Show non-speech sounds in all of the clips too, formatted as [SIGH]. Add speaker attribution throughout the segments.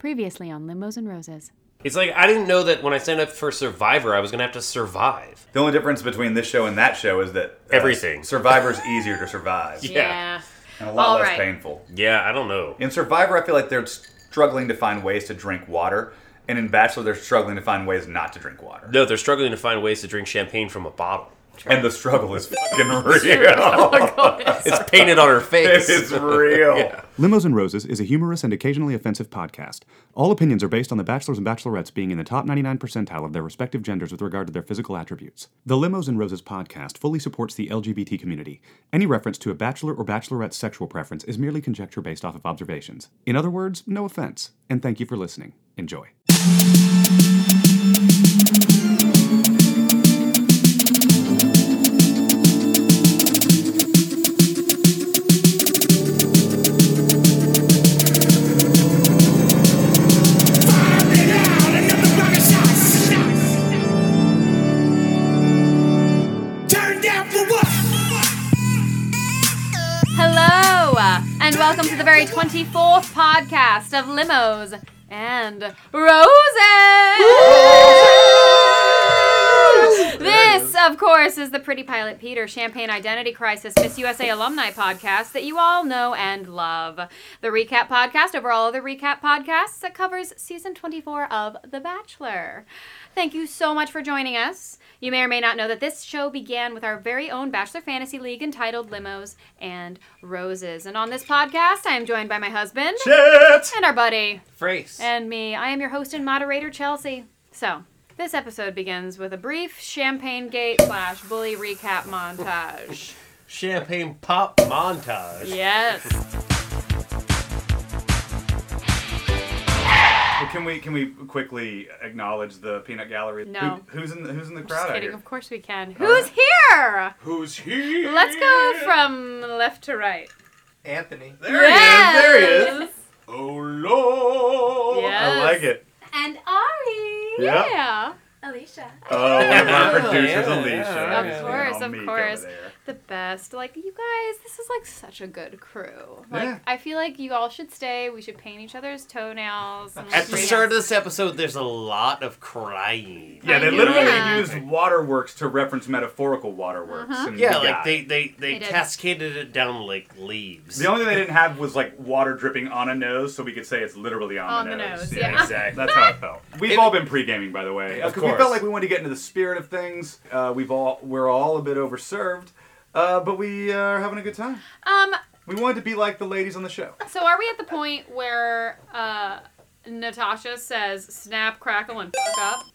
Speaker 1: Previously on Limos and Roses.
Speaker 2: It's like I didn't know that when I signed up for Survivor, I was gonna have to survive.
Speaker 3: The only difference between this show and that show is that uh,
Speaker 2: Everything.
Speaker 3: Survivor's easier to
Speaker 4: [LAUGHS]
Speaker 3: survive
Speaker 2: Yeah.
Speaker 3: and a lot
Speaker 4: All
Speaker 3: less
Speaker 4: right.
Speaker 3: painful.
Speaker 2: Yeah, I don't know.
Speaker 3: In Survivor, I feel like they're struggling to find ways to drink water, and in Bachelor, they're struggling to find ways not to drink water.
Speaker 2: No, they're struggling to find ways to drink champagne from a bottle.
Speaker 3: And the struggle
Speaker 4: [LAUGHS]
Speaker 3: is fucking real.
Speaker 2: It's painted on her
Speaker 3: it's [LAUGHS]
Speaker 2: face.
Speaker 3: real.
Speaker 5: Limos and Roses is a humorous and occasionally offensive podcast. All opinions are based on the bachelors and bachelorettes being in the top 99 percentile of their respective genders with regard to their physical attributes. The Limos and Roses podcast fully supports the LGBT community. Any reference to a bachelor or bachelorette's sexual preference is merely conjecture based off of observations. In other words, no offense, and thank you for listening. Enjoy.
Speaker 6: Turn down for
Speaker 4: Hello, uh, and welcome to the very 24th podcast of Limos and Roses. This, of course, is the Pretty Pilot Peter Champagne Identity Crisis Miss USA Alumni podcast that you all know and love. The recap podcast over all other recap podcasts that covers season 24 of The Bachelor. Thank you so much for joining us. You may or may not know that this show began with our very own Bachelor Fantasy League entitled Limos and Roses. And on this podcast, I am joined by my husband and our buddy
Speaker 2: Face.
Speaker 4: and me. I am your host and moderator, Chelsea. So, this episode begins with a brief champagne gate slash bully recap
Speaker 3: [LAUGHS]
Speaker 4: montage.
Speaker 2: Champagne pop montage.
Speaker 4: Yes.
Speaker 3: Well, can we can we quickly acknowledge the peanut gallery?
Speaker 4: No.
Speaker 3: Who, who's in the, who's in the crowd
Speaker 4: Just
Speaker 3: out
Speaker 4: kidding.
Speaker 3: here?
Speaker 4: Of course we can. Who's here?
Speaker 3: Who's here?
Speaker 4: Let's go from left to right.
Speaker 7: Anthony.
Speaker 3: There he is. There he is. Oh lord. I
Speaker 4: Yes.
Speaker 3: like it.
Speaker 4: And Ari.
Speaker 3: Yeah.
Speaker 4: Yeah.
Speaker 8: Alicia.
Speaker 3: Oh, one of our producers,
Speaker 2: yeah,
Speaker 3: Alicia.
Speaker 2: yeah,
Speaker 4: Of
Speaker 3: Just
Speaker 4: course,
Speaker 3: being all
Speaker 4: of
Speaker 3: meek
Speaker 4: course.
Speaker 3: over there.
Speaker 4: The best. Like, you guys, this is like such a good crew. Like,
Speaker 3: Yeah.
Speaker 4: I feel like you all should stay. We should paint each other's toenails. and, like,
Speaker 2: At the
Speaker 4: dance.
Speaker 2: start of this episode, there's a lot of crying.
Speaker 3: Yeah, they
Speaker 4: Yeah.
Speaker 3: literally used waterworks to reference metaphorical waterworks.
Speaker 4: Uh-huh.
Speaker 3: and
Speaker 2: Yeah,
Speaker 3: we
Speaker 2: like
Speaker 3: got
Speaker 2: they
Speaker 3: it.
Speaker 2: they they
Speaker 4: They did.
Speaker 2: cascaded it down like leaves.
Speaker 3: The only thing they didn't have was like water dripping on a nose, so we could say it's literally on,
Speaker 4: On the nose, yeah.
Speaker 2: Exactly.
Speaker 3: [LAUGHS] That's how it felt. We've
Speaker 2: It-
Speaker 3: all been pre-gaming, by the way,
Speaker 2: Of
Speaker 3: because we
Speaker 2: course.
Speaker 3: felt like we wanted to get into the spirit of things. Uh, we've all we're all a bit overserved, uh, but we uh, are having a good time.
Speaker 4: Um,
Speaker 3: We wanted to be like the ladies on the show.
Speaker 4: so are we at the point where uh, Natasha says snap, crackle, and fuck up?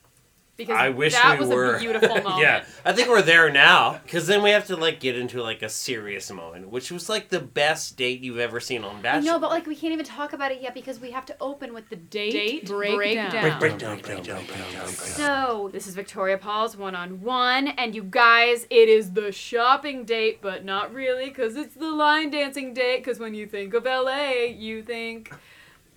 Speaker 4: Because
Speaker 2: I wish
Speaker 4: that
Speaker 2: we
Speaker 4: was
Speaker 2: were.
Speaker 4: a beautiful
Speaker 2: [LAUGHS]
Speaker 4: moment.
Speaker 2: yeah, I think we're there now because then we have to like get into like a serious moment, which was like the best date you've ever seen on
Speaker 4: I
Speaker 2: Bachelor.
Speaker 4: know, but like we can't even talk about it yet because we have to open with the date,
Speaker 8: Date
Speaker 4: breakdown.
Speaker 8: breakdown.
Speaker 2: breakdown, breakdown, breakdown, breakdown.
Speaker 4: So this is Victoria Paul's one-on-one, and you guys, it is the shopping date, but not really, cause it's the line dancing date. Cause when you think of LA, you think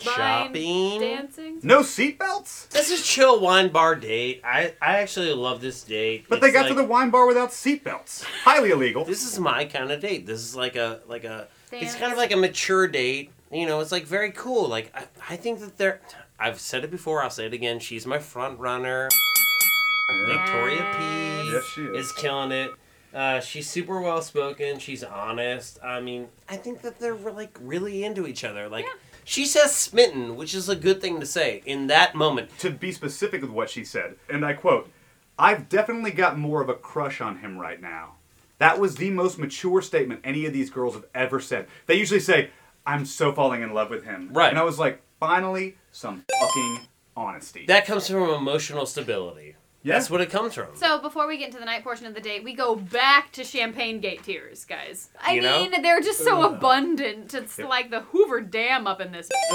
Speaker 4: line
Speaker 2: Shopping.
Speaker 4: dancing.
Speaker 3: No seatbelts,
Speaker 2: This is a chill wine bar date. I I actually love this date.
Speaker 3: but they
Speaker 2: It's
Speaker 3: got to
Speaker 2: like-
Speaker 3: the wine bar without seatbelts. Highly illegal.
Speaker 2: This is my kind of date. This is like a like a. It's
Speaker 4: Dance.
Speaker 2: kind of like a mature date. You know, it's like very cool. Like I, I think that they're. I've said it before. I'll say it again. She's my front runner. Victoria P.
Speaker 3: Yes, she is.
Speaker 2: is killing it. Uh, she's super well spoken. She's honest. I mean, I think that they're like really into each other. Like she says smitten, which is a good thing to say in that moment.
Speaker 3: to be specific with what she said, and I quote, I've definitely got more of a crush on him right now. That was the most mature statement any of these girls have ever said. They usually say, I'm so falling in love with him.
Speaker 2: Right.
Speaker 3: And I was like, finally, some fucking honesty.
Speaker 2: That comes from emotional stability.
Speaker 3: Yeah.
Speaker 2: That's what it comes from.
Speaker 4: So before we get into the night portion of the date, we go back to champagne gate tears, guys. I
Speaker 2: You know?
Speaker 4: mean, they're just so abundant. It's like the Hoover Dam up in this. [LAUGHS]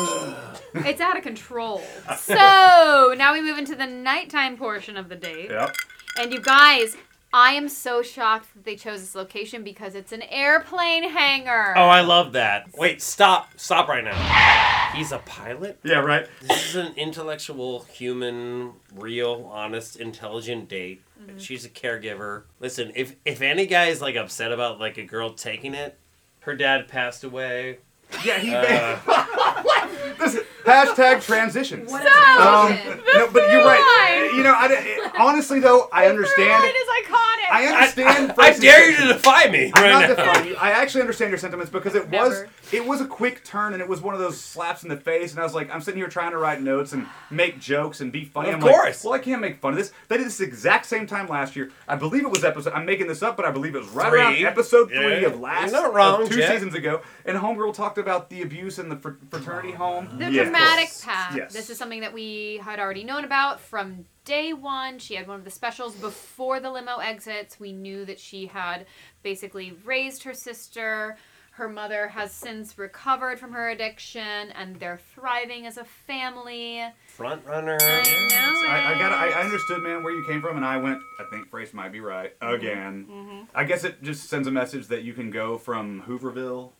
Speaker 4: it's out
Speaker 2: [LAUGHS]
Speaker 4: of control. So now we move into the nighttime portion of the date.
Speaker 3: Yep.
Speaker 4: And you guys, I am so shocked that they chose this location because it's an airplane hangar.
Speaker 2: Oh, I love that. Wait, stop. Stop right now. He's a pilot?
Speaker 3: Yeah, right?
Speaker 2: This is an intellectual, human, real, honest, intelligent date.
Speaker 4: Mm-hmm.
Speaker 2: She's a caregiver. Listen, if if any guy is like upset about like a girl taking it, her dad passed away.
Speaker 3: [LAUGHS] Yeah, he
Speaker 2: Uh,
Speaker 3: Listen, Hashtag transitions.
Speaker 6: What is it?
Speaker 3: Um, no, but you're right.
Speaker 4: line.
Speaker 3: You know, I, di- honestly though, I understand.
Speaker 4: Caroline is iconic.
Speaker 3: I understand.
Speaker 2: I
Speaker 3: Bryce's
Speaker 2: dare you to
Speaker 3: sentiment.
Speaker 2: defy me
Speaker 3: I'm
Speaker 2: right
Speaker 3: not
Speaker 2: now.
Speaker 3: defying you. I actually understand your sentiments because it was
Speaker 4: Never.
Speaker 3: it was a quick turn and it was one of those slaps in the face and I was like I'm sitting here trying to write notes and make jokes and be funny.
Speaker 2: Of
Speaker 3: I'm
Speaker 2: course.
Speaker 3: Like, well, I can't make fun of this. They did this exact same time last year. I believe it was episode. I'm making this up, but I believe it was right around
Speaker 2: Three.
Speaker 3: episode
Speaker 2: Yeah.
Speaker 3: three of last
Speaker 2: You're not wrong,
Speaker 3: of two
Speaker 2: Jet.
Speaker 3: seasons ago. And Homegirl talked about the abuse in the fr- fraternity
Speaker 2: Oh,
Speaker 3: home.
Speaker 4: The
Speaker 3: Yeah.
Speaker 4: dramatic path.
Speaker 3: Yes.
Speaker 4: This is something that we had already known about from day one. She had one of the specials before the limo exits. We knew that she had basically raised her sister. Her mother has since recovered from her addiction, and they're thriving as a family. I
Speaker 2: Front runner.
Speaker 4: know
Speaker 3: I, I got. I, I
Speaker 4: it.
Speaker 3: understood, man, where you came from, and I went. I think Grace might be right
Speaker 4: Mm-hmm.
Speaker 3: again. I guess it just sends a message that you can go from Hooverville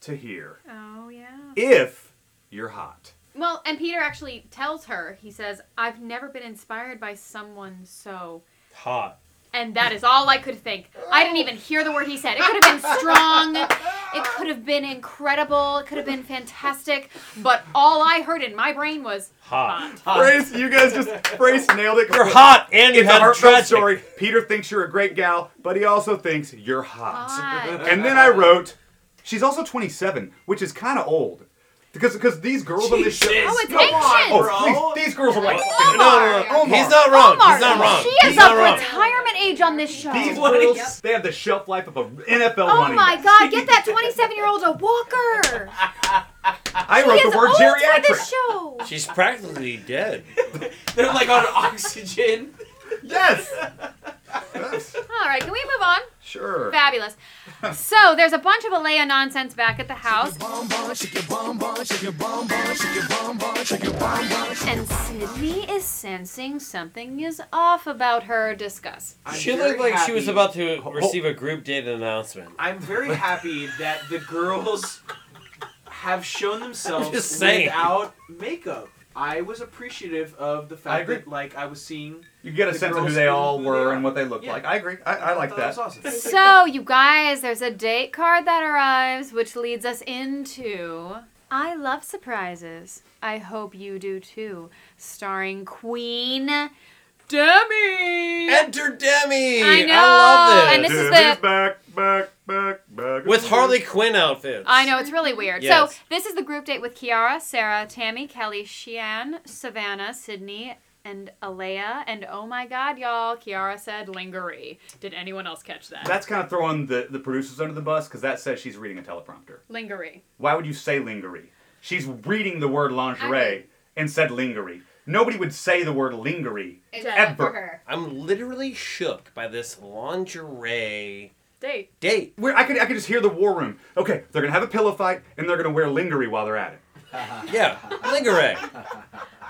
Speaker 3: to here
Speaker 4: Oh yeah.
Speaker 3: if you're hot.
Speaker 4: Well, and Peter actually tells her. He says, "I've never been inspired by someone so."
Speaker 2: Hot.
Speaker 4: And that is all I could think. I didn't even hear the word he said. It could have been strong. It could have been incredible. It could have been fantastic. But all I heard in my brain was
Speaker 2: Hot.
Speaker 4: hot.
Speaker 3: Grace, you
Speaker 2: [LAUGHS]
Speaker 3: guys just Grace nailed it.
Speaker 2: You're hot and you
Speaker 3: It's a
Speaker 2: have a
Speaker 3: heartfelt
Speaker 2: tragic.
Speaker 3: story. Peter thinks you're a great gal, but he also thinks you're hot.
Speaker 4: Hot.
Speaker 3: And then I wrote, she's also 27, which is kind of old. Because, because these girls on this show.
Speaker 2: Jesus.
Speaker 4: Oh, it's
Speaker 2: Come on,
Speaker 4: ancient.
Speaker 3: Oh,
Speaker 2: bro.
Speaker 3: please, these girls are like.
Speaker 2: No, no, no.
Speaker 4: Omar.
Speaker 2: He's not wrong. He's not
Speaker 4: Martin,
Speaker 2: wrong.
Speaker 4: She
Speaker 2: He's
Speaker 4: is
Speaker 2: not
Speaker 4: of
Speaker 2: wrong.
Speaker 4: retirement age on this show.
Speaker 3: These
Speaker 2: What?
Speaker 3: girls,
Speaker 2: Oh, Yep.
Speaker 3: they have the shelf life of an NFL
Speaker 4: Oh
Speaker 3: running
Speaker 4: my
Speaker 3: back.
Speaker 4: God!
Speaker 2: [LAUGHS]
Speaker 4: Get that 27-year-old a walker.
Speaker 3: I
Speaker 4: He
Speaker 3: wrote
Speaker 4: is
Speaker 3: the word
Speaker 4: old for this
Speaker 3: geriatric.
Speaker 4: show.
Speaker 2: She's practically dead.
Speaker 6: They're like on oxygen.
Speaker 3: Yes. yes.
Speaker 4: All right, can we move on?
Speaker 3: Sure.
Speaker 4: [LAUGHS] Fabulous. So there's a bunch of Alea nonsense back at the house. And Sydney is sensing something is off about her. Discuss.
Speaker 6: I'm
Speaker 2: She
Speaker 6: very
Speaker 2: looked like she was
Speaker 6: happy-
Speaker 2: about to receive a group date announcement.
Speaker 6: I'm very happy that the girls have shown themselves
Speaker 2: I'm just saying.
Speaker 6: without makeup. I was appreciative of the
Speaker 3: I
Speaker 6: fact
Speaker 3: agree.
Speaker 6: that like I was seeing.
Speaker 3: You get a
Speaker 6: The
Speaker 3: sense of who
Speaker 6: girls
Speaker 3: they
Speaker 6: who
Speaker 3: all
Speaker 6: they
Speaker 3: were
Speaker 6: are.
Speaker 3: and what they looked
Speaker 6: Yeah.
Speaker 3: like. I agree. I, I like
Speaker 6: thought
Speaker 3: that.
Speaker 6: That was awesome.
Speaker 4: So you guys, there's a date card that arrives, which leads us into I love surprises. I hope you do too. Starring Queen Demi.
Speaker 2: Enter Demi.
Speaker 4: I
Speaker 2: I love
Speaker 4: know, and
Speaker 2: this.
Speaker 4: this is
Speaker 3: Demi's
Speaker 4: the-
Speaker 3: back, back, back, back.
Speaker 2: With Harley Quinn outfits.
Speaker 4: I know it's really weird.
Speaker 2: Yes.
Speaker 4: So this is the group date with Kiara, Sarah, Tammy, Kelly, Shian, Savannah, Sydney, and Alea. And oh my God, y'all! Kiara said "lingerie." Did anyone else catch that?
Speaker 3: That's kind of throwing the, the producers under the bus because that says she's reading a teleprompter.
Speaker 4: lingerie.
Speaker 3: Why would you say lingerie? She's reading the word lingerie
Speaker 4: I mean-
Speaker 3: and said lingerie. Nobody would say the word lingerie.
Speaker 4: Except
Speaker 3: Ever.
Speaker 4: for her.
Speaker 2: I'm literally shook by this lingerie
Speaker 4: Date.
Speaker 2: date.
Speaker 3: Where I could I could just hear the war room. Okay, they're gonna have a pillow fight and they're gonna wear lingerie while they're at it. [LAUGHS]
Speaker 2: Yeah, lingerie.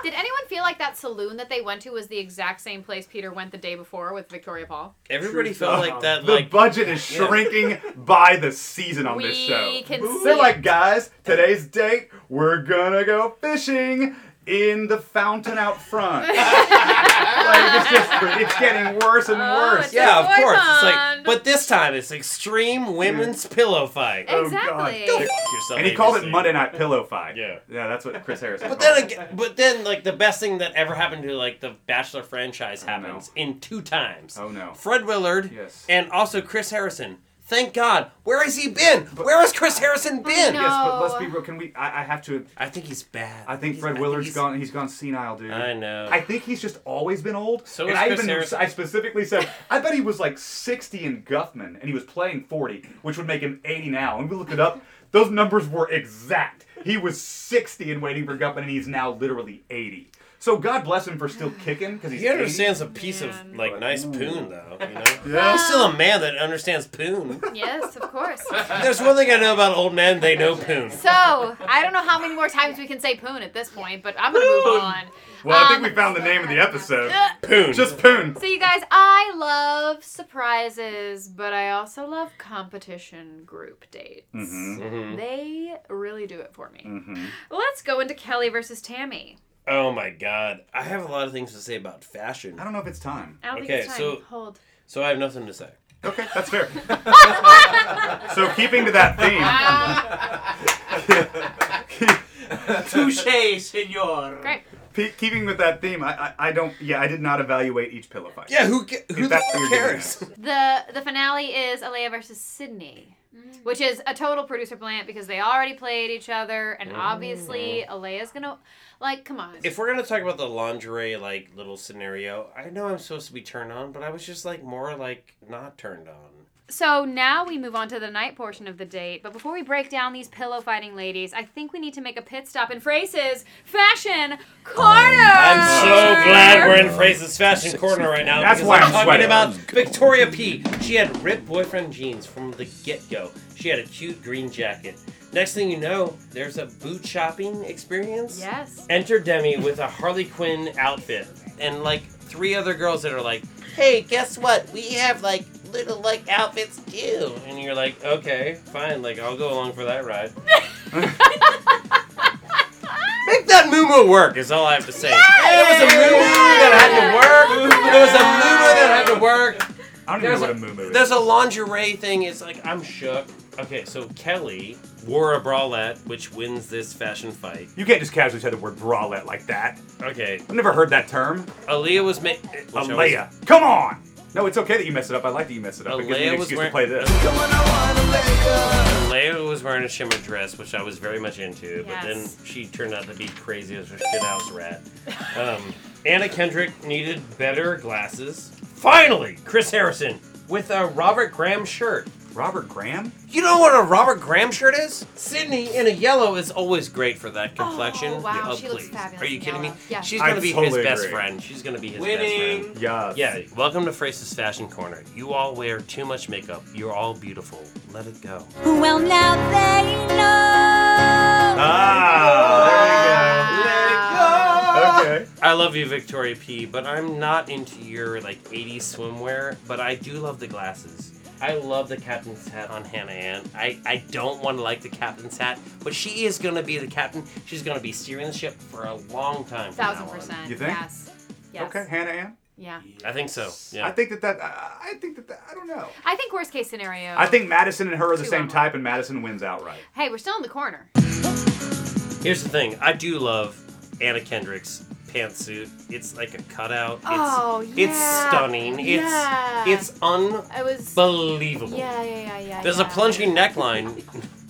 Speaker 4: Did anyone feel like that saloon that they went to was the exact same place Peter went the day before with Victoria Paul?
Speaker 2: Everybody
Speaker 6: Truth
Speaker 2: felt
Speaker 6: bomb.
Speaker 2: like that.
Speaker 3: The
Speaker 2: Like
Speaker 3: budget is
Speaker 2: yeah.
Speaker 3: shrinking [LAUGHS] by the season on this
Speaker 4: We
Speaker 3: show.
Speaker 4: can see
Speaker 3: They're like,
Speaker 4: it.
Speaker 3: guys, today's date, we're gonna go fishing in the fountain out front.
Speaker 4: [LAUGHS]
Speaker 3: like, it's, just, it's getting worse and
Speaker 4: Oh,
Speaker 3: worse.
Speaker 4: it's
Speaker 2: yeah, of
Speaker 4: Boy
Speaker 2: course. It's like,
Speaker 4: bond.
Speaker 2: but this time it's extreme women's pillow fight.
Speaker 3: God.
Speaker 4: exactly.
Speaker 3: Go
Speaker 2: F- yourself,
Speaker 3: And he called it
Speaker 2: ABC.
Speaker 3: Monday Night Pillow Fight.
Speaker 2: Yeah.
Speaker 3: Yeah, that's what Chris Harris
Speaker 2: But
Speaker 3: called
Speaker 2: then
Speaker 3: it.
Speaker 2: again, but then like the best thing that ever happened to like the Bachelor franchise happens in two times.
Speaker 3: Oh, no.
Speaker 2: Fred Willard
Speaker 3: Yes.
Speaker 2: and also Chris Harrison. Thank God. Where has he been? Where has Chris Harrison been?
Speaker 4: no.
Speaker 3: Yes, but let's be real. Can we? I, I have to.
Speaker 2: I think he's bad.
Speaker 3: I think
Speaker 2: He's-
Speaker 3: Fred
Speaker 2: I
Speaker 3: Willard's
Speaker 2: he's-
Speaker 3: gone. He's gone senile, dude.
Speaker 2: I know.
Speaker 3: I think he's just always been old.
Speaker 2: So
Speaker 3: and
Speaker 2: is
Speaker 3: I
Speaker 2: Chris
Speaker 3: even
Speaker 2: Harrison.
Speaker 3: I specifically said I bet he was like 60 in Guffman and he was playing 40, which would make him 80 now. And we looked it up. Those numbers were exact. He was 60 and waiting for Guffman and he's now literally 80. So God bless him for still kicking because he's
Speaker 2: He
Speaker 3: 80.
Speaker 2: understands a piece of
Speaker 4: Man.
Speaker 2: like nice poon though, you
Speaker 3: [LAUGHS]
Speaker 2: know. He's still a man that understands poon.
Speaker 4: yes, of course.
Speaker 2: There's one thing I know about old men, they know poon.
Speaker 4: So I don't know how many more times we can say poon at this point, but I'm gonna move on.
Speaker 3: Well, I think
Speaker 4: Um,
Speaker 3: we found the name of the episode.
Speaker 4: Ugh.
Speaker 2: Poon.
Speaker 3: Just Poon.
Speaker 4: So you guys, I love surprises, but I also love competition group dates.
Speaker 2: Mm-hmm.
Speaker 4: They really do it for me.
Speaker 2: Mm.
Speaker 3: Mm-hmm.
Speaker 4: Let's go into Kelly versus Tammy.
Speaker 2: Oh my god. I have a lot of things to say about fashion.
Speaker 3: I don't know if it's time.
Speaker 4: I don't
Speaker 2: Okay,
Speaker 4: think it's time.
Speaker 2: so-
Speaker 4: Hold.
Speaker 2: So I have nothing to say.
Speaker 3: Okay, that's fair. [LAUGHS]
Speaker 4: Um,
Speaker 3: so keeping to that
Speaker 2: [LAUGHS]
Speaker 3: theme.
Speaker 6: Touche, senor.
Speaker 4: Great.
Speaker 3: Pe- keeping with that theme, I, I I don't. Yeah, I did not evaluate each pillow fight.
Speaker 2: Yeah, who ca- who
Speaker 3: If
Speaker 2: the
Speaker 3: that's
Speaker 2: hell
Speaker 3: what you're doing
Speaker 2: cares?
Speaker 4: The the finale is Alea versus Sydney, which is a total producer plant because they already played each other, and obviously Alea's gonna like come on.
Speaker 2: If we're gonna talk about the lingerie like little scenario, I know I'm supposed to be turned on, but I was just like more like not turned on.
Speaker 4: so now we move on to the night portion of the date, but before we break down these pillow fighting ladies, I think we need to make a pit stop in Phrases Fashion Corner.
Speaker 2: Oh, I'm
Speaker 3: Oh,
Speaker 2: so glad we're in Phrases Fashion Corner right now.
Speaker 3: That's
Speaker 2: because
Speaker 3: why I'm
Speaker 2: talking
Speaker 3: sweating.
Speaker 2: about Victoria P. She had ripped boyfriend jeans from the get-go. She had a cute green jacket. Next thing you know, there's a boot shopping experience.
Speaker 4: Yes.
Speaker 2: Enter Demi with a Harley Quinn outfit and like three other girls that are like, "Hey, guess what? We have like little like outfits too." And you're like, "Okay, fine. Like I'll go along for that ride." Make that moo work is all I have to say. There was a moo that had to work. There was a moo that had to work.
Speaker 3: I don't
Speaker 2: There's
Speaker 3: even know
Speaker 2: a-
Speaker 3: what a moo is.
Speaker 2: There's a lingerie thing. It's like I'm shook. Okay, so Kelly wore a bralette, which wins this fashion fight.
Speaker 3: you can't just casually say the word bralette like that.
Speaker 2: Okay,
Speaker 3: I've never heard that term.
Speaker 2: Aaliyah was made.
Speaker 3: Alea. Come on! No, it's okay that you mess it up. I like that you mess it up. it gives me an
Speaker 2: Alea was
Speaker 3: excuse
Speaker 2: wearing.
Speaker 3: to
Speaker 2: [LAUGHS]
Speaker 3: play this.
Speaker 2: Leia was wearing a shimmer dress, which I was very much into, but then
Speaker 4: Yes.
Speaker 2: she turned out to be crazy as a shit house rat. Um, Anna Kendrick needed better glasses. Finally, Chris Harrison with a Robert Graham shirt.
Speaker 3: Robert Graham?
Speaker 2: You know what a Robert Graham shirt is? Sydney in a yellow is always great for that complexion.
Speaker 4: wow,
Speaker 2: Oh,
Speaker 4: she looks
Speaker 2: please.
Speaker 4: fabulous
Speaker 2: Are you
Speaker 4: in
Speaker 2: kidding me?
Speaker 4: yellow. Yeah.
Speaker 2: She's
Speaker 3: I
Speaker 2: gonna be
Speaker 3: totally
Speaker 2: his best
Speaker 3: agree.
Speaker 2: friend. She's gonna be his best friend.
Speaker 6: Winning.
Speaker 3: Yes.
Speaker 2: Yeah, welcome to Phrases Fashion Corner. You all wear too much makeup. You're all beautiful. Let it go.
Speaker 7: Well, now they know.
Speaker 3: Ah, there you go. Okay.
Speaker 2: I love you, Victoria P, but I'm not into your like 80s swimwear, but I do love the glasses. I love the captain's hat on Hannah Ann. I, I don't want to like the captain's hat, but she is going to be the captain. She's going to be steering the ship for a long time. from
Speaker 4: Thousand
Speaker 2: now on.
Speaker 4: percent.
Speaker 3: You think?
Speaker 4: Yes. Yes.
Speaker 3: Okay, Hannah Ann?
Speaker 4: Yeah.
Speaker 2: I think so. Yeah.
Speaker 3: I think that that, I I think that, that I don't know.
Speaker 4: I think worst case scenario.
Speaker 3: I think Madison and her are the
Speaker 4: Two
Speaker 3: same
Speaker 4: on
Speaker 3: type, and Madison wins outright.
Speaker 4: Hey, we're still in the corner.
Speaker 2: Here's the thing I do love Anna Kendrick's pantsuit. It's like a cutout. It's,
Speaker 4: Oh,
Speaker 2: It's
Speaker 4: yeah.
Speaker 2: stunning.
Speaker 4: Yeah.
Speaker 2: It's, it's
Speaker 4: I was.
Speaker 2: unbelievable.
Speaker 4: yeah, yeah, yeah, yeah.
Speaker 2: There's a
Speaker 4: yeah.
Speaker 2: plunging neckline.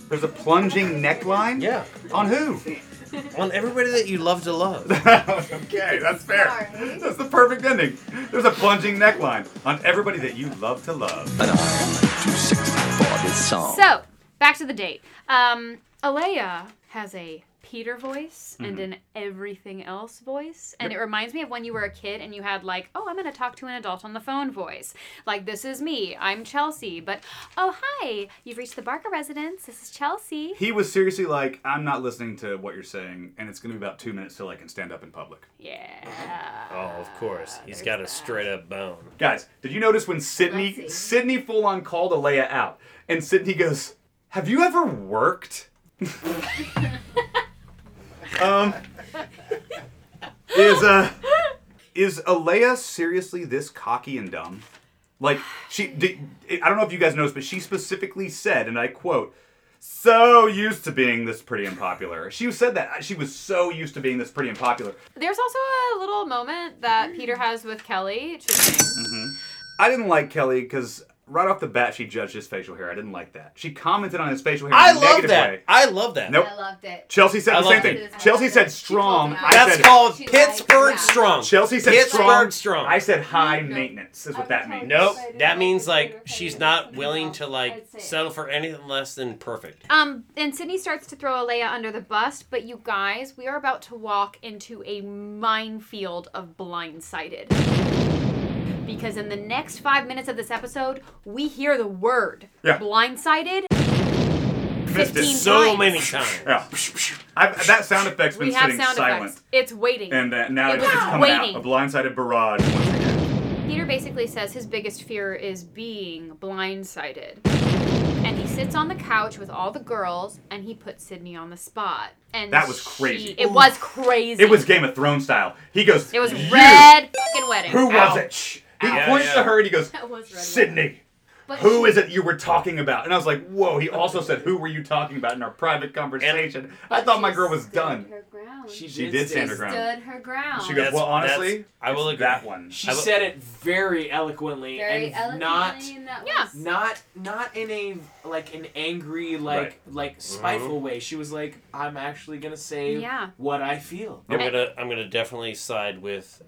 Speaker 3: There's a plunging neckline?
Speaker 2: yeah.
Speaker 3: On who?
Speaker 2: On everybody that you love to love. [LAUGHS]
Speaker 3: okay, that's fair.
Speaker 4: Sorry.
Speaker 3: That's the perfect ending. There's a plunging neckline on everybody that you love to love.
Speaker 4: So, back to the date. Um, Alea has a Peter voice and an everything else voice. And it reminds me of when you were a kid and you had, like, oh, I'm going to talk to an adult on the phone voice. Like, this is me. I'm Chelsea. But, oh, hi. You've reached the Barker residence. This is Chelsea.
Speaker 3: He was seriously like, I'm not listening to what you're saying, and it's gonna be about two minutes till I can stand up in public.
Speaker 2: [LAUGHS]
Speaker 4: Yeah.
Speaker 2: Oh, of course. He's got a straight up bone.
Speaker 3: Guys, did you notice when
Speaker 4: Let's
Speaker 3: Sydney
Speaker 4: see.
Speaker 3: Sydney full on called Alea out, and Sydney goes, "Have you ever
Speaker 4: [LAUGHS]
Speaker 3: worked?" um, is uh, is Alea seriously this cocky and dumb? Like she, did, I don't know if you guys noticed, but she specifically said, and I quote. So used to being this pretty and popular. She said that. She was so used to being this pretty and popular.
Speaker 4: There's also a little moment that Peter has with Kelly. Cha-ching.
Speaker 3: I didn't like Kelly because right off the bat she judged his facial hair. I didn't like that. She commented on his facial hair.
Speaker 2: I
Speaker 3: in a
Speaker 2: love
Speaker 3: negative
Speaker 2: that.
Speaker 3: Way.
Speaker 2: I love that.
Speaker 3: Nope.
Speaker 7: loved it.
Speaker 3: Chelsea said
Speaker 2: I
Speaker 3: the
Speaker 2: love
Speaker 3: same
Speaker 2: that.
Speaker 3: thing. Chelsea said strong.
Speaker 7: She
Speaker 3: I
Speaker 7: pulled it out.
Speaker 2: That's
Speaker 3: said
Speaker 2: called
Speaker 7: She's like,
Speaker 2: Pittsburgh
Speaker 7: yeah.
Speaker 2: Strong.
Speaker 3: Chelsea said
Speaker 2: Pittsburgh
Speaker 3: strong.
Speaker 2: strong.
Speaker 3: I said high maintenance is what that means.
Speaker 2: Nope. That means like she's not willing to like settle for anything less than perfect.
Speaker 4: Um, and Sydney starts to throw Alea under the bus, but you guys, we are about to walk into a minefield of blindsided. Because in the next five minutes of this episode, we hear the word
Speaker 3: Yeah.
Speaker 4: blindsided.
Speaker 3: Missed it.
Speaker 4: 15
Speaker 2: So
Speaker 4: times.
Speaker 2: many
Speaker 3: [LAUGHS]
Speaker 2: times.
Speaker 3: Yeah. I've, that sound effect's been
Speaker 4: We have
Speaker 3: sitting
Speaker 4: sound
Speaker 3: silent,
Speaker 4: effects. It's waiting.
Speaker 3: and uh, now
Speaker 4: It
Speaker 3: it's,
Speaker 4: was
Speaker 3: it's coming
Speaker 4: waiting.
Speaker 3: out. A blindsided barrage. Once again.
Speaker 4: Peter basically says his biggest fear is being blindsided. And he sits on the couch with all the girls and he puts Sydney on the spot. And
Speaker 3: That was
Speaker 4: she-
Speaker 3: crazy.
Speaker 4: it was crazy.
Speaker 3: It was Game of Thrones style. He goes.
Speaker 4: It was
Speaker 3: "You,
Speaker 4: red fucking wedding.
Speaker 3: Who was
Speaker 4: Ow.
Speaker 3: it? He
Speaker 2: Ouch.
Speaker 3: points
Speaker 2: Yeah, yeah.
Speaker 3: to her and he goes,
Speaker 4: That was red
Speaker 3: Sydney.
Speaker 4: But
Speaker 3: who
Speaker 4: she-
Speaker 3: is it you were talking about? And I was like, whoa. He also said, who were you talking about in our private conversation? I thought my
Speaker 4: she
Speaker 3: girl was
Speaker 4: stood
Speaker 3: done.
Speaker 4: Her ground.
Speaker 6: She,
Speaker 3: She did
Speaker 6: did
Speaker 3: stand her
Speaker 6: stand-
Speaker 3: ground.
Speaker 4: stood her ground.
Speaker 3: She goes,
Speaker 2: That's-
Speaker 3: well, honestly,
Speaker 2: that's- I will
Speaker 3: it's
Speaker 2: agree.
Speaker 3: that one.
Speaker 6: She
Speaker 2: I will-
Speaker 6: said it very eloquently
Speaker 8: Very
Speaker 6: and
Speaker 8: elegantly.
Speaker 6: not
Speaker 8: and that
Speaker 4: Yeah.
Speaker 8: was-
Speaker 6: not not in a like an angry like like spiteful way. She was like, "I'm actually gonna say
Speaker 4: Yeah.
Speaker 6: what I feel."
Speaker 2: I'm gonna I'm gonna definitely side with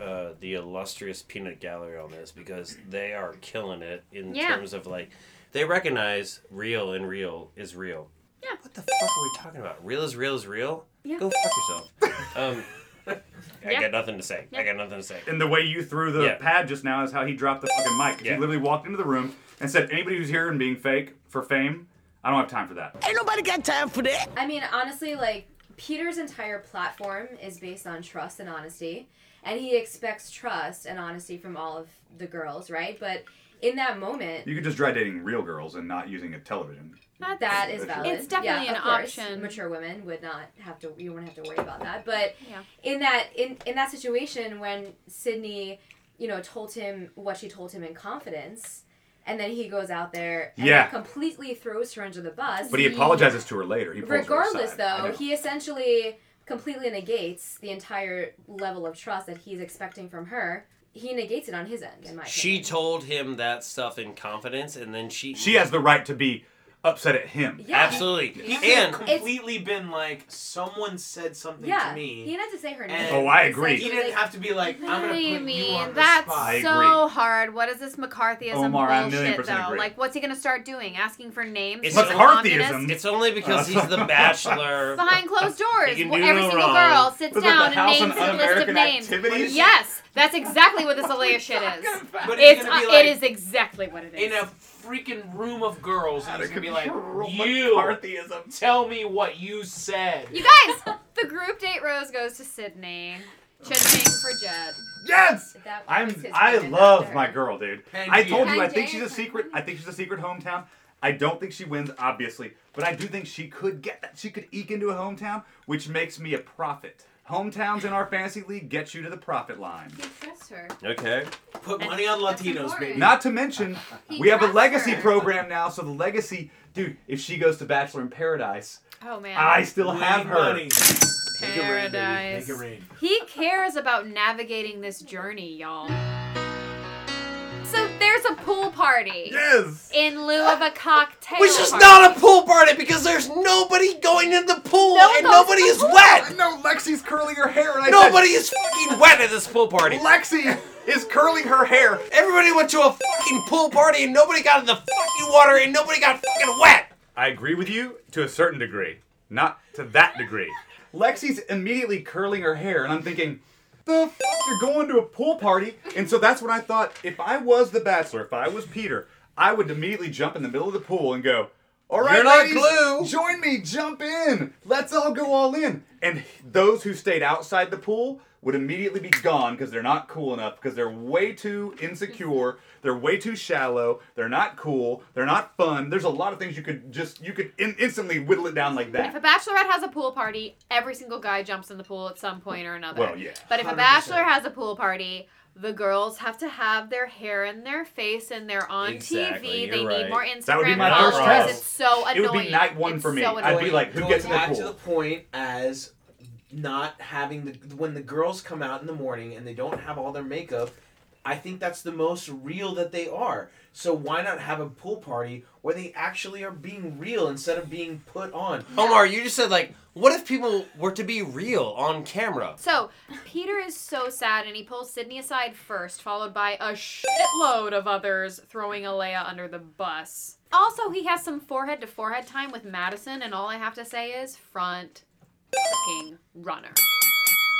Speaker 2: uh, uh, the illustrious Peanut Gallery on this because they are killing it in
Speaker 4: Yeah.
Speaker 2: terms of like they recognize real and real is real.
Speaker 4: Yeah.
Speaker 2: What the fuck are we talking about? Real is real is real.
Speaker 4: Yeah.
Speaker 2: Go fuck yourself.
Speaker 4: [LAUGHS]
Speaker 2: Um, I
Speaker 4: Yeah.
Speaker 2: got nothing to say.
Speaker 4: Yeah.
Speaker 2: I got nothing to say.
Speaker 3: And the way you threw the
Speaker 2: Yeah.
Speaker 3: pad just now is how he dropped the fucking mic.
Speaker 2: Yeah.
Speaker 3: He literally walked into the room and said, anybody who's here and being fake for fame, I don't have time for that.
Speaker 8: I mean, honestly, like Peter's entire platform is based on trust and honesty, and he expects trust and honesty from all of the girls, right? But in that moment,
Speaker 3: You could just try dating real girls and not using a television.
Speaker 4: Not
Speaker 8: that is valid.
Speaker 4: It's definitely
Speaker 8: Yeah,
Speaker 4: an
Speaker 8: of course.
Speaker 4: option.
Speaker 8: Mature women would not have to. You wouldn't have to worry about that. But
Speaker 4: Yeah.
Speaker 8: in that in in that situation when Sydney, you know, told him what she told him in confidence, and then he goes out there and
Speaker 3: Yeah.
Speaker 8: completely throws her under the bus.
Speaker 3: But he apologizes to her later. He pulls her
Speaker 8: Regardless,
Speaker 3: aside. I
Speaker 8: though,
Speaker 3: know.
Speaker 8: he essentially completely negates the entire level of trust that he's expecting from her. He negates it on his end, in my
Speaker 2: She
Speaker 8: opinion.
Speaker 2: told him that stuff in confidence, and then she
Speaker 3: She has the right to be upset at him.
Speaker 8: Yeah.
Speaker 2: absolutely
Speaker 6: He could have
Speaker 2: and
Speaker 6: completely been like, "Someone said something
Speaker 8: yeah,
Speaker 6: to me."
Speaker 8: he had to say her name.
Speaker 6: And-
Speaker 3: Oh, I
Speaker 8: It's
Speaker 3: agree.
Speaker 8: like-
Speaker 6: He didn't have to be like, "I'm gonna put
Speaker 4: I
Speaker 6: you on
Speaker 4: mean,
Speaker 6: the
Speaker 4: that's
Speaker 6: spot."
Speaker 3: I
Speaker 4: so hard. What is this McCarthyism
Speaker 3: Omar, I a million
Speaker 4: bullshit,
Speaker 3: percent
Speaker 4: though?
Speaker 3: agree.
Speaker 4: Like, what's he gonna start doing? Asking for names?
Speaker 2: It's
Speaker 4: for the
Speaker 3: McCarthyism.
Speaker 4: communists?
Speaker 2: it's only because he's
Speaker 3: [LAUGHS]
Speaker 2: the bachelor.
Speaker 4: Behind closed
Speaker 2: You
Speaker 4: doors,
Speaker 2: can
Speaker 4: wh-
Speaker 2: do
Speaker 4: every
Speaker 2: no
Speaker 4: single
Speaker 2: wrong.
Speaker 4: girl sits
Speaker 3: Was it
Speaker 4: down
Speaker 3: the
Speaker 4: and
Speaker 3: House
Speaker 4: names
Speaker 3: on
Speaker 4: a list of
Speaker 3: Un-American
Speaker 4: names.
Speaker 3: Activities?
Speaker 4: Yes, that's exactly what
Speaker 3: [LAUGHS]
Speaker 4: this Alea shit is.
Speaker 6: But
Speaker 4: It's
Speaker 6: gonna be
Speaker 4: uh,
Speaker 6: like,
Speaker 4: it is exactly what it
Speaker 6: in
Speaker 4: is.
Speaker 6: a freaking room of girls, and he's gonna be like, "You
Speaker 3: McCarthyism.
Speaker 6: tell me what you said."
Speaker 4: you
Speaker 3: [LAUGHS]
Speaker 4: guys, the group date rose goes to Sydney. Ching for Jet.
Speaker 3: Yes.
Speaker 8: That was
Speaker 3: I'm.
Speaker 8: his
Speaker 3: I
Speaker 8: friend
Speaker 3: love
Speaker 8: after.
Speaker 3: my girl, dude.
Speaker 6: Pangea.
Speaker 3: I told you. I think
Speaker 8: Pangea
Speaker 3: she's a
Speaker 8: is my
Speaker 3: secret. I think she's a secret hometown. I don't think she wins, obviously, but I do think she could get that. She could eke into a hometown, which makes me a profit. Hometowns in our fantasy league get you to the profit line.
Speaker 8: He trusts her.
Speaker 2: Okay.
Speaker 6: Put money on
Speaker 8: That's
Speaker 6: Latinos,
Speaker 8: important.
Speaker 6: baby.
Speaker 3: Not to mention,
Speaker 8: [LAUGHS] He
Speaker 3: we have a
Speaker 8: trusts
Speaker 3: legacy
Speaker 8: her.
Speaker 3: program now, so the legacy, dude. If she goes to Bachelor in Paradise,
Speaker 4: Oh man.
Speaker 3: I still have
Speaker 6: Win
Speaker 3: her.
Speaker 6: money. Make it rain, baby. Make
Speaker 4: Paradise.
Speaker 6: it rain.
Speaker 4: He cares about navigating this journey, y'all. So there's a pool party
Speaker 3: Yes.
Speaker 4: in lieu of a cocktail.
Speaker 2: Which is
Speaker 4: party.
Speaker 2: not a pool party because there's nobody going in the pool
Speaker 4: No one
Speaker 2: and
Speaker 4: goes
Speaker 2: nobody
Speaker 4: in the
Speaker 2: is
Speaker 4: pool.
Speaker 2: wet.
Speaker 3: No, Lexi's curling her hair, and I said,
Speaker 2: Nobody is fucking wet at this pool party.
Speaker 3: Lexi is curling her hair.
Speaker 2: Everybody went to a fucking pool party and nobody got in the fucking water and nobody got fucking wet.
Speaker 3: I agree with you to a certain degree, not to that degree. Lexi's immediately curling her hair, and I'm thinking, the fuck, you're going to a pool party? And so that's when I thought, if I was the bachelor, if I was Peter, I would immediately jump in the middle of the pool and go, all right,
Speaker 2: You're not
Speaker 3: ladies,
Speaker 2: glue."
Speaker 3: join me, jump in, let's all go all in. And those who stayed outside the pool would immediately be gone because they're not cool enough, because they're way too insecure, they're way too shallow, they're not cool, they're not fun. There's a lot of things you could just, you could in- instantly whittle it down like
Speaker 4: If a
Speaker 3: that.
Speaker 4: bachelorette has a pool party, every single guy jumps in the pool at some point or another.
Speaker 3: Well, yeah.
Speaker 4: But if a
Speaker 6: 100%.
Speaker 4: bachelor has a pool party, the girls have to have their hair in their face and they're on
Speaker 2: Exactly,
Speaker 4: TV. They
Speaker 2: you're
Speaker 4: need
Speaker 2: right.
Speaker 4: more Instagram
Speaker 3: That would be my
Speaker 4: followers.
Speaker 3: first test.
Speaker 4: It's so annoying.
Speaker 3: It would be night one
Speaker 4: It's
Speaker 3: for me. I'd
Speaker 4: so
Speaker 3: be
Speaker 4: annoying.
Speaker 3: like, who
Speaker 6: Going
Speaker 3: gets in the
Speaker 6: back to the
Speaker 3: pool?
Speaker 6: point as not having the when the girls come out in the morning and they don't have all their makeup. I think that's the most real that they are. So why not have a pool party where they actually are being real instead of being put on?
Speaker 2: Omar, you just said like, what if people were to be real on camera?
Speaker 4: So Peter is so sad, and he pulls Sydney aside first, followed by a shitload of others throwing Alea under the bus. Also, he has some forehead to forehead time with Madison, and all I have to say is front fucking runner.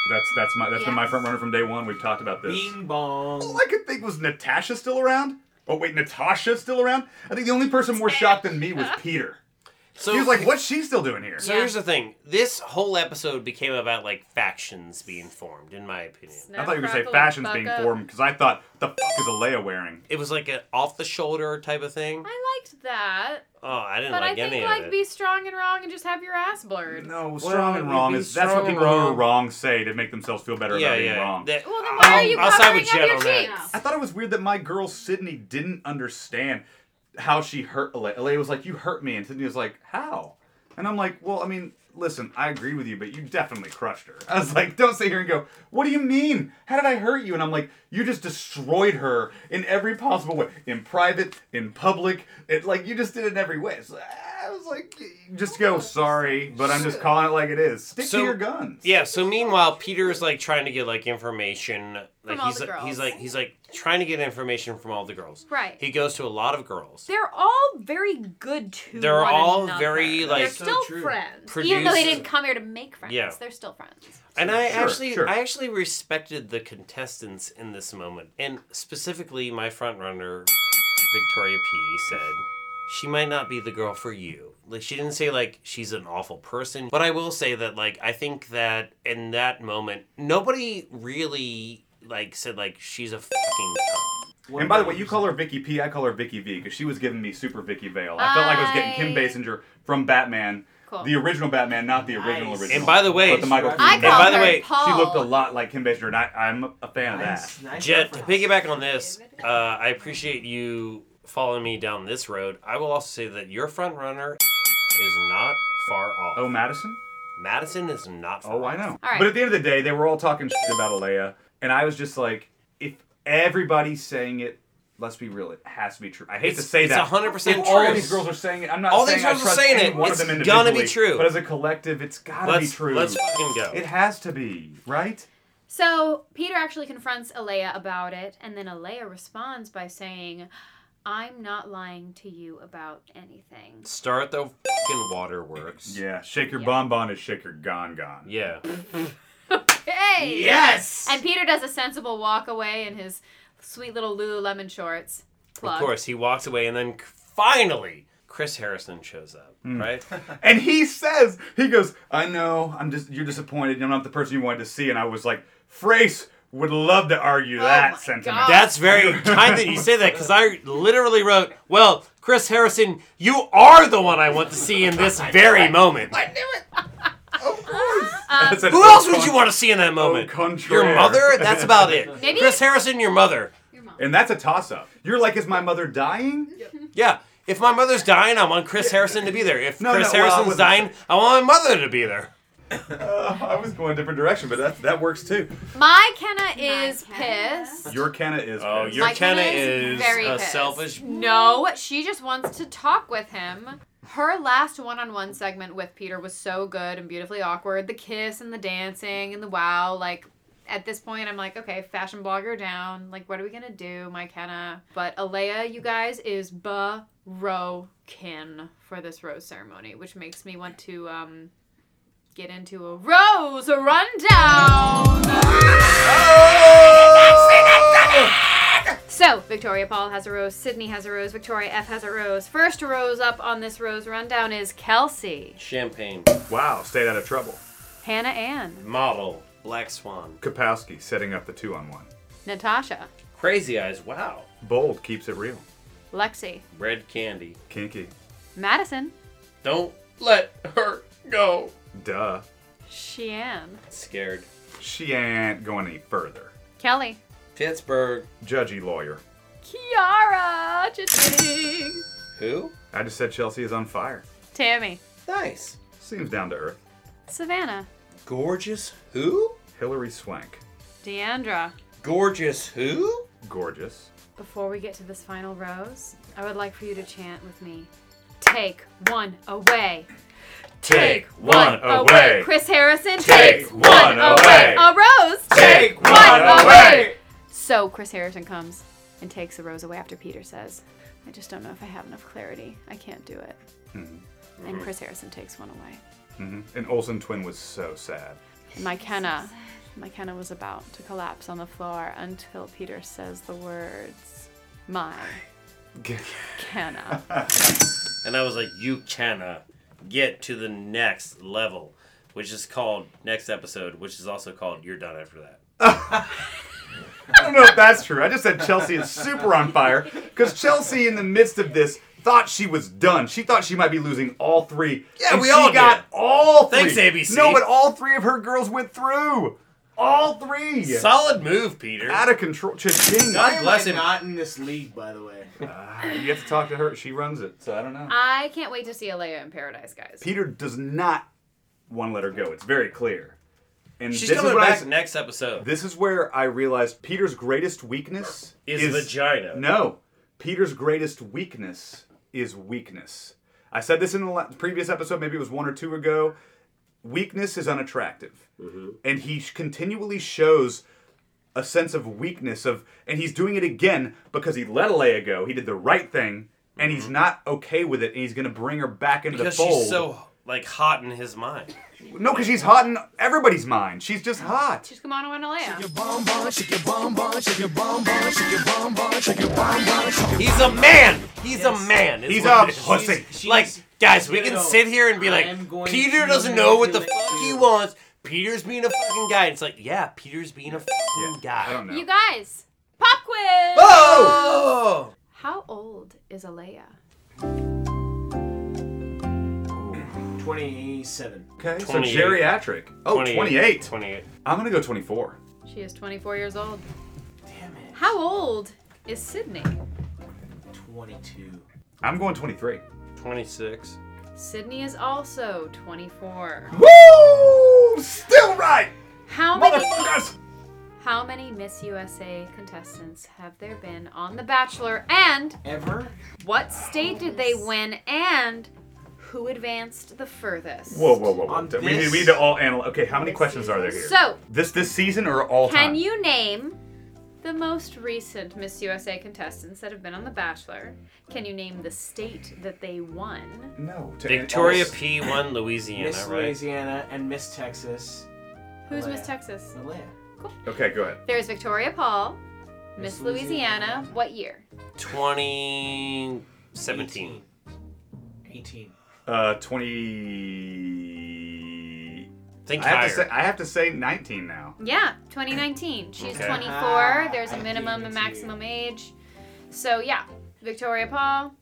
Speaker 3: That's that's my that's been my front runner from day one. We've talked about this.
Speaker 6: Bing bong.
Speaker 3: All I could think was Natasha still around. Oh wait, Natasha's still around. I think the only person more shocked than me was Peter.
Speaker 2: So
Speaker 3: he was like, "What's she still doing here?"
Speaker 2: So here's the thing. This whole episode became about like factions being formed, in my opinion.
Speaker 3: I thought you were gonna say fashion's being formed because I thought the fuck is Alea wearing?
Speaker 2: It was like an off the shoulder type of thing.
Speaker 4: I liked that,
Speaker 2: Oh, I didn't
Speaker 4: but
Speaker 2: like
Speaker 4: I
Speaker 2: any
Speaker 4: think
Speaker 2: of
Speaker 4: like
Speaker 2: it.
Speaker 4: be strong and wrong and just have your ass blurred.
Speaker 3: No, strong
Speaker 2: it
Speaker 3: and
Speaker 2: would
Speaker 3: wrong
Speaker 2: be
Speaker 3: is that's
Speaker 2: strong
Speaker 3: what
Speaker 2: and
Speaker 3: people who are
Speaker 2: wrong.
Speaker 3: wrong say to make themselves feel better
Speaker 2: yeah,
Speaker 3: about being
Speaker 2: yeah.
Speaker 3: wrong.
Speaker 2: That-
Speaker 4: Well, then why
Speaker 2: Um, I'll-
Speaker 4: are you
Speaker 2: I'll side
Speaker 4: covering
Speaker 2: with
Speaker 4: up
Speaker 2: Jen
Speaker 4: your
Speaker 2: on that.
Speaker 4: cheeks?
Speaker 3: I thought it was weird that my girl Sydney didn't understand how she hurt Elay. Elay was like, "You hurt me," and Sydney was like, "How?" And I'm like, "Well, I mean, listen, I agree with you, but you definitely crushed her." I was like, "Don't sit here and go, what do you mean? How did I hurt you?" And I'm like, "You just destroyed her in every possible way, in private, in public. It like you just did it in every way." So I was like, "Just go, sorry, but I'm just calling it like it is. Stick
Speaker 2: So-
Speaker 3: to your guns."
Speaker 2: Yeah. So meanwhile, Peter's like trying to get like information. Like
Speaker 4: From all
Speaker 2: he's
Speaker 4: the
Speaker 2: like, he's
Speaker 4: girls.
Speaker 2: like he's like trying to get information from all the girls.
Speaker 4: Right.
Speaker 2: He goes to a lot of girls.
Speaker 4: They're all very good to
Speaker 2: They're
Speaker 4: one
Speaker 2: all
Speaker 4: another.
Speaker 2: very, like,
Speaker 4: They're
Speaker 6: So
Speaker 4: still
Speaker 6: true.
Speaker 4: friends. Even though they
Speaker 2: Produced-
Speaker 4: didn't come here to make friends,
Speaker 2: Yeah.
Speaker 4: they're still friends.
Speaker 2: And I
Speaker 3: Sure,
Speaker 2: actually
Speaker 3: sure.
Speaker 2: I actually respected the contestants in this moment. And specifically my front runner Victoria P said she might not be the girl for you. Like she didn't say like she's an awful person, but I will say that like I think that in that moment nobody really like said like she's a fucking cunt.
Speaker 3: And by the way, you call her Vicky P, I call her Vicky V because she was giving me super Vicky Vale. I felt like I was getting Kim
Speaker 4: I-
Speaker 3: Basinger from Batman,
Speaker 4: Cool.
Speaker 3: the original Batman, not the original
Speaker 6: Nice.
Speaker 3: original.
Speaker 2: And by the way,
Speaker 3: but the Michael
Speaker 6: I
Speaker 3: Keaton
Speaker 4: I
Speaker 2: And
Speaker 4: call
Speaker 2: by
Speaker 3: Batman.
Speaker 2: the
Speaker 4: her
Speaker 2: way, she
Speaker 4: Paul.
Speaker 3: she looked a lot like Kim Basinger, and I, I'm a fan of
Speaker 6: Nice,
Speaker 3: that.
Speaker 6: nice
Speaker 2: Jet, to
Speaker 6: reference.
Speaker 2: piggyback on this, uh, I appreciate you following me down this road. I will also say that your front runner is not far off.
Speaker 3: Oh, Madison?
Speaker 2: Madison is not. Far
Speaker 3: Oh, I
Speaker 2: off.
Speaker 3: know.
Speaker 4: All right.
Speaker 3: But at the end of the day, they were all talking shit about Alea, and I was just like, if everybody's saying it, let's be real, it has to be true. I hate to
Speaker 2: It's-
Speaker 3: say
Speaker 2: it's
Speaker 3: that.
Speaker 2: 100%
Speaker 3: If all
Speaker 2: true.
Speaker 3: these girls are saying it. I'm not
Speaker 2: All
Speaker 3: saying
Speaker 2: these
Speaker 3: I
Speaker 2: girls are
Speaker 3: trust
Speaker 2: saying
Speaker 3: any
Speaker 2: it.
Speaker 3: one
Speaker 2: It's
Speaker 3: of them
Speaker 2: gotta be
Speaker 3: individually,
Speaker 2: true.
Speaker 3: But as a collective, it's gotta
Speaker 2: Let's
Speaker 3: be true.
Speaker 2: let's fucking go.
Speaker 3: It has to be, right?
Speaker 4: So Peter actually confronts Alea about it, and then Alea responds by saying, I'm not lying to you about anything.
Speaker 2: Start the fucking waterworks.
Speaker 3: Yeah, shake your bonbon is shake your gon gon.
Speaker 2: Yeah.
Speaker 4: Hey!
Speaker 6: Yes.
Speaker 4: And Peter does a sensible walk away in his sweet little Lululemon shorts.
Speaker 2: Of
Speaker 4: Plug.
Speaker 2: course, he walks away, and then c- finally, Chris Harrison shows up.
Speaker 3: Hmm. [LAUGHS]
Speaker 2: Right.
Speaker 3: And he says, he goes, I know, I'm just, you're disappointed. I'm not the person you wanted to see. And I was like, Frace would love to argue
Speaker 4: Oh my
Speaker 3: that sentiment.
Speaker 4: God.
Speaker 2: That's very kind that you say that because I literally wrote, "Well, Chris Harrison, you are the one I want to see in
Speaker 3: [LAUGHS]
Speaker 2: this very moment." [LAUGHS]
Speaker 3: That's an
Speaker 2: Who else would
Speaker 3: old
Speaker 2: you want to see in
Speaker 3: Oh,
Speaker 2: that moment? Your
Speaker 3: contraire.
Speaker 2: mother? That's
Speaker 3: [LAUGHS]
Speaker 2: about it.
Speaker 4: Maybe-
Speaker 2: Chris Harrison, your mother.
Speaker 4: Um,
Speaker 3: And that's a toss up. You're like, is my mother dying?
Speaker 2: Yeah. If my mother's dying, I want Chris Harrison to be there. If
Speaker 3: No,
Speaker 2: Chris
Speaker 3: no, well, I
Speaker 2: Harrison's
Speaker 3: wouldn't
Speaker 2: dying, I want my mother to be there.
Speaker 3: Uh, I was going a different direction, but that, that works too.
Speaker 4: My Kenna is
Speaker 8: Kenna?
Speaker 4: pissed.
Speaker 3: Your Kenna is.
Speaker 2: Oh,
Speaker 3: pissed.
Speaker 2: your
Speaker 4: My
Speaker 2: Kenna
Speaker 4: Kenna is
Speaker 2: is
Speaker 4: very
Speaker 2: a
Speaker 4: pissed.
Speaker 2: selfish.
Speaker 4: No, she just wants to talk with him. Her last one on one segment with Peter was so good and beautifully awkward. The kiss and the dancing and the wow. Like, at this point, I'm like, okay, fashion blogger down. Like, what are we going to do, my Kenna? But Alea, you guys, is kin for this rose ceremony, which makes me want to um, get into a rose rundown. So, Victoria Paul has a rose, Sydney has a rose, Victoria F has a rose. First rose up on this rose rundown is Kelsey,
Speaker 2: Champagne.
Speaker 3: Wow, stayed out of trouble.
Speaker 4: Hannah Ann,
Speaker 2: Model. Black Swan.
Speaker 3: Kapowski setting up the two on one.
Speaker 4: Natasha,
Speaker 2: Crazy Eyes. Wow.
Speaker 3: Bold keeps it real.
Speaker 4: Lexi,
Speaker 2: Red Candy.
Speaker 3: Kinky.
Speaker 4: Madison,
Speaker 2: Don't let her go.
Speaker 3: Duh.
Speaker 4: Shean,
Speaker 2: Scared.
Speaker 3: She ain't going any further.
Speaker 4: Kelly,
Speaker 2: Pittsburgh.
Speaker 3: Judgy lawyer.
Speaker 4: Kiara, cha-ching,
Speaker 2: Who?
Speaker 3: I just said Chelsea is on fire.
Speaker 4: Tammy,
Speaker 2: Nice.
Speaker 3: Seems down to earth.
Speaker 4: Savannah,
Speaker 2: Gorgeous. Who?
Speaker 3: Hillary Swank.
Speaker 4: Deandra.
Speaker 2: Gorgeous. Who?
Speaker 3: Gorgeous.
Speaker 4: Before we get to this final rose, I would like for you to chant with me Take one away.
Speaker 2: Take one
Speaker 3: away.
Speaker 4: Chris Harrison,
Speaker 2: Take
Speaker 4: takes
Speaker 2: one
Speaker 3: away.
Speaker 4: A rose.
Speaker 3: Take
Speaker 4: one away. So Chris Harrison comes and takes the rose away after Peter says, I just don't know if I have enough clarity. I can't do it. And Chris Harrison takes one away.
Speaker 3: And Olsen Twin was so sad.
Speaker 4: And my Kenna, my Kenna was about to collapse on the floor until Peter says the words, My
Speaker 6: [LAUGHS]
Speaker 4: Kenna.
Speaker 2: And I was like, you canna get to the next level, which is called next episode, which is also called You're Done After That.
Speaker 3: I don't know if that's true. I just said Chelsea is super on fire because Chelsea, in the midst of this, thought she was done. She thought she might be losing all three.
Speaker 2: Yeah,
Speaker 3: and
Speaker 2: we
Speaker 3: she
Speaker 2: all
Speaker 3: got
Speaker 2: did.
Speaker 3: all three.
Speaker 2: Thanks, ABC.
Speaker 3: No, but all three of her girls went through. All three.
Speaker 2: Solid move, Peter.
Speaker 3: Out of control. Cha-ching.
Speaker 2: God
Speaker 6: Why am
Speaker 2: bless
Speaker 6: I
Speaker 2: him.
Speaker 6: Not in this league, by the way. [LAUGHS]
Speaker 3: Ah, you have to talk to her. She runs it, so I don't know.
Speaker 4: I can't wait to see Alea in Paradise, guys.
Speaker 3: Peter does not want to let her go. It's very clear. And
Speaker 2: She's
Speaker 3: this is
Speaker 2: coming
Speaker 3: what I
Speaker 2: back
Speaker 3: s-
Speaker 2: next episode.
Speaker 3: This is where I realized Peter's greatest weakness
Speaker 2: Is vagina.
Speaker 3: No, Peter's greatest weakness is weakness. I said this in the la- previous episode, maybe it was one or two ago. Weakness is unattractive,
Speaker 2: Mm-hmm.
Speaker 3: and he sh- continually shows a sense of weakness of, and he's doing it again because he let Alea go. He did the right thing, and he's not okay with it, and he's going to bring her back into
Speaker 2: Mm-hmm. because
Speaker 3: the fold.
Speaker 2: she's so like hot in his mind.
Speaker 3: no, because she's hot in everybody's mind. She's just hot.
Speaker 4: Just come on and Alea.
Speaker 2: He's a man. He's a man. is
Speaker 3: He's
Speaker 2: what
Speaker 3: a
Speaker 2: it is.
Speaker 3: pussy.
Speaker 2: She's- like guys, we
Speaker 6: No,
Speaker 2: can
Speaker 6: no,
Speaker 2: sit here and be
Speaker 6: I
Speaker 2: like,
Speaker 6: am going
Speaker 2: Peter
Speaker 6: to
Speaker 2: doesn't know what the
Speaker 6: manipulate
Speaker 2: fuck he
Speaker 6: you."
Speaker 2: wants. Peter's being a fucking guy. It's like, yeah, Peter's being a
Speaker 3: Yeah,
Speaker 2: fucking guy.
Speaker 3: I don't know.
Speaker 4: You guys, pop quiz!
Speaker 2: Oh!
Speaker 4: How old is Alea?
Speaker 6: 27.
Speaker 3: Okay, so
Speaker 2: 28.
Speaker 3: geriatric. Oh, 28.
Speaker 2: 28.
Speaker 3: I'm going to go 24.
Speaker 4: She is 24 years old.
Speaker 6: Damn it.
Speaker 4: How old is Sydney?
Speaker 6: 22.
Speaker 3: I'm going 23.
Speaker 2: 26.
Speaker 4: Sydney is also 24.
Speaker 3: Woo! Still right!
Speaker 4: How many
Speaker 3: Motherfuckers!
Speaker 4: How many Miss USA contestants have there been on The Bachelor and
Speaker 6: Ever?
Speaker 4: what state did they win and who advanced the furthest?
Speaker 3: Whoa, whoa, whoa, whoa.
Speaker 6: On
Speaker 3: We need,
Speaker 6: this-
Speaker 3: we need to all analyze. Okay, how many questions are there here?
Speaker 4: So,
Speaker 3: this this season or all
Speaker 4: can
Speaker 3: time?
Speaker 4: you name the most recent Miss USA contestants that have been on The Bachelor? Can you name the state that they won?
Speaker 3: No. to-
Speaker 2: Victoria
Speaker 3: all-
Speaker 2: P.
Speaker 3: [CLEARS THROAT]
Speaker 2: won Louisiana,
Speaker 6: Miss
Speaker 2: right?
Speaker 6: Louisiana and Miss Texas.
Speaker 4: Who's
Speaker 6: Alea.
Speaker 4: Miss Texas?
Speaker 6: Alea.
Speaker 3: Okay, go ahead.
Speaker 4: There's Victoria Paul,
Speaker 6: Miss
Speaker 4: Miss Louisiana.
Speaker 6: Louisiana.
Speaker 4: What year?
Speaker 2: 2017.
Speaker 6: 18.
Speaker 3: Uh, 20.
Speaker 2: Think
Speaker 3: I have,
Speaker 2: higher.
Speaker 3: to say, I have to say 19 now.
Speaker 4: Yeah, 2019. She's
Speaker 2: Okay.
Speaker 4: 24.
Speaker 6: Ah,
Speaker 4: There's a
Speaker 6: I
Speaker 4: minimum
Speaker 6: gave it
Speaker 4: and
Speaker 6: to you.
Speaker 4: maximum age. So yeah, Victoria Paul.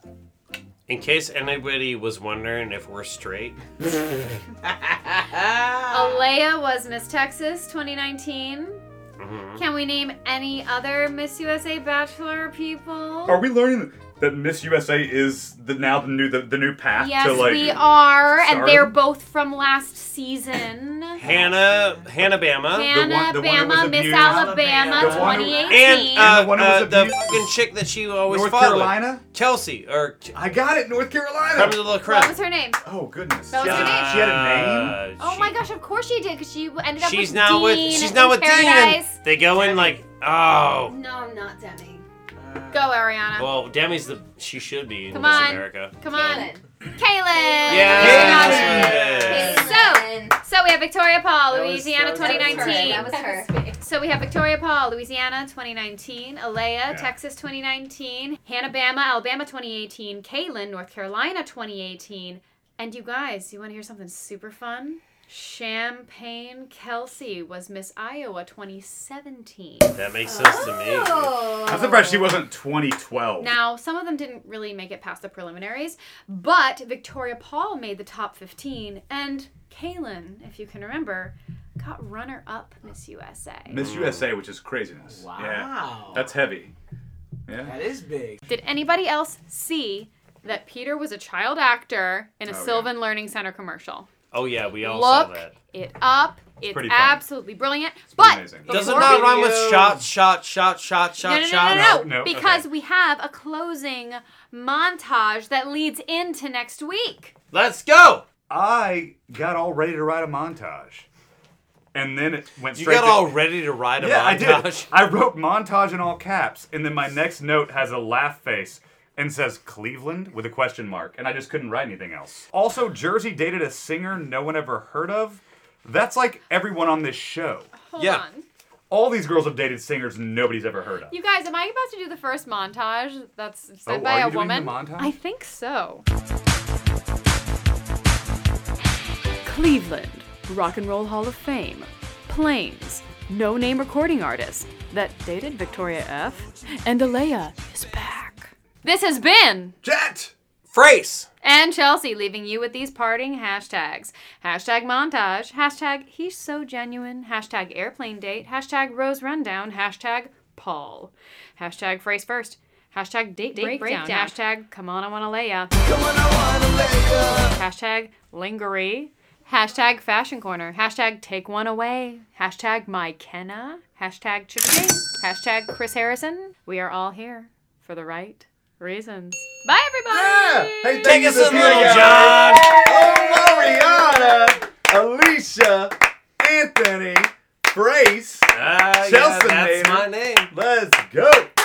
Speaker 2: In case anybody was wondering if we're straight,
Speaker 6: Ah.
Speaker 4: Alea was Miss Texas 2019.
Speaker 2: mhm.
Speaker 4: Can we name any other Miss USA Bachelor people?
Speaker 3: Are we learning that Miss USA is the now the new the, the new path
Speaker 4: yes,
Speaker 3: to like
Speaker 4: we are, and
Speaker 3: stardom?
Speaker 4: they're both from last season.
Speaker 2: Hannah, Hannah Bama,
Speaker 4: Hannah,
Speaker 3: the one who was
Speaker 4: Bama, Miss
Speaker 3: abused.
Speaker 4: Alabama,
Speaker 3: The one who-
Speaker 4: 2018.
Speaker 2: and uh,
Speaker 3: the one who
Speaker 2: uh,
Speaker 3: was
Speaker 2: the
Speaker 3: abused.
Speaker 2: fucking chick that she always
Speaker 3: North
Speaker 2: followed,
Speaker 3: Carolina?
Speaker 2: Kelsey or K-
Speaker 3: I got it, North
Speaker 2: Creme de
Speaker 3: Carolina.
Speaker 2: la
Speaker 4: what
Speaker 2: Creme.
Speaker 4: was her name?
Speaker 3: Oh goodness.
Speaker 4: That was her name.
Speaker 3: She had a name.
Speaker 2: Uh,
Speaker 4: Oh
Speaker 2: she-
Speaker 4: my gosh! Of course she did, because she ended up
Speaker 2: She's
Speaker 4: with
Speaker 2: now with
Speaker 4: Dean
Speaker 2: she's now
Speaker 4: in
Speaker 2: with Dean. and
Speaker 4: Paradise.
Speaker 2: They go in like oh
Speaker 8: No, not Demi.
Speaker 4: Go, Ariana.
Speaker 2: well Demi's the she should be in
Speaker 4: Come
Speaker 2: Miss
Speaker 4: on.
Speaker 2: America.
Speaker 4: Come on.
Speaker 8: Kaylin.
Speaker 4: Kaylin!
Speaker 2: Yeah.
Speaker 4: Yes. So, so we have Victoria Paul,
Speaker 6: That was-
Speaker 4: Louisiana
Speaker 6: that was her.
Speaker 8: That
Speaker 4: 2019.
Speaker 8: was her.
Speaker 4: So we have Victoria Paul, Louisiana 2019, Alea, Texas 2019, Hannah Bama, Alabama 2018, Kaylin, North Carolina 2018. And you guys, you want to hear something super fun? Champagne Kelsey was Miss Iowa 2017.
Speaker 2: That makes sense to me.
Speaker 4: Oh.
Speaker 3: I'm surprised she wasn't 2012.
Speaker 4: Now, some of them didn't really make it past the preliminaries, but Victoria Paul made the top 15, and Kaylin, if you can remember, got runner up Miss USA.
Speaker 3: Miss USA, which is craziness.
Speaker 6: Wow.
Speaker 3: Yeah. That's heavy. Yeah.
Speaker 6: That is big.
Speaker 4: Did anybody else see that Peter was a child actor in a
Speaker 3: Oh, yeah.
Speaker 4: Sylvan Learning Center commercial?
Speaker 2: Oh yeah, we all saw
Speaker 4: Look
Speaker 2: that.
Speaker 4: it up. It's
Speaker 3: pretty fun.
Speaker 4: absolutely brilliant. But
Speaker 3: amazing.
Speaker 4: before
Speaker 2: Does it
Speaker 4: we-
Speaker 2: not rhyme with
Speaker 6: Video.
Speaker 2: shot, shot, shot, shot, shot,
Speaker 4: No, no, no,
Speaker 2: shot?
Speaker 4: no, no,
Speaker 3: No, okay.
Speaker 4: because we have a closing montage that leads into next week.
Speaker 2: Let's go.
Speaker 3: I got all ready to write a montage. And then it went
Speaker 2: You
Speaker 3: straight
Speaker 2: got
Speaker 3: to-
Speaker 2: all ready to ride a
Speaker 3: Yeah, I did.
Speaker 2: montage. [LAUGHS]
Speaker 3: I wrote montage in all caps, and then my next note has a laugh face and says Cleveland with a question mark, and I just couldn't write anything else. Also, Jersey dated a singer no one ever heard of. That's like everyone on this show.
Speaker 4: Hold
Speaker 2: Yeah.
Speaker 4: on.
Speaker 3: All these girls have dated singers nobody's ever heard of.
Speaker 4: You guys, am I about to do the first montage that's
Speaker 3: Oh,
Speaker 4: said by
Speaker 3: are
Speaker 4: a
Speaker 3: you doing the
Speaker 4: woman?
Speaker 3: montage?
Speaker 4: I think so.
Speaker 1: Cleveland, Rock and Roll Hall of Fame, Plains, no name recording artist that dated Victoria F, and Alea is back.
Speaker 4: This has been
Speaker 3: Jet!
Speaker 2: Phrase.
Speaker 4: and Chelsea, leaving you with these parting hashtags. Hashtag montage, hashtag he's so genuine, hashtag airplane date, hashtag rose rundown, hashtag Paul, hashtag phrase first, hashtag date, date breakdown,
Speaker 9: breakdown.
Speaker 4: hashtag come on I wanna lay ya, hashtag lingerie, hashtag fashion corner, hashtag take one away, hashtag my Kenna, hashtag chick hashtag Chris Harrison. We are all here for the right reasons. Bye everybody!
Speaker 3: Hey,
Speaker 2: Take us in, little John.
Speaker 3: Oh, Mariana, Alicia, Anthony, Grace.
Speaker 2: Ah, yeah,
Speaker 3: Chelsea,
Speaker 2: that's
Speaker 3: baby.
Speaker 2: my name.
Speaker 3: Let's go.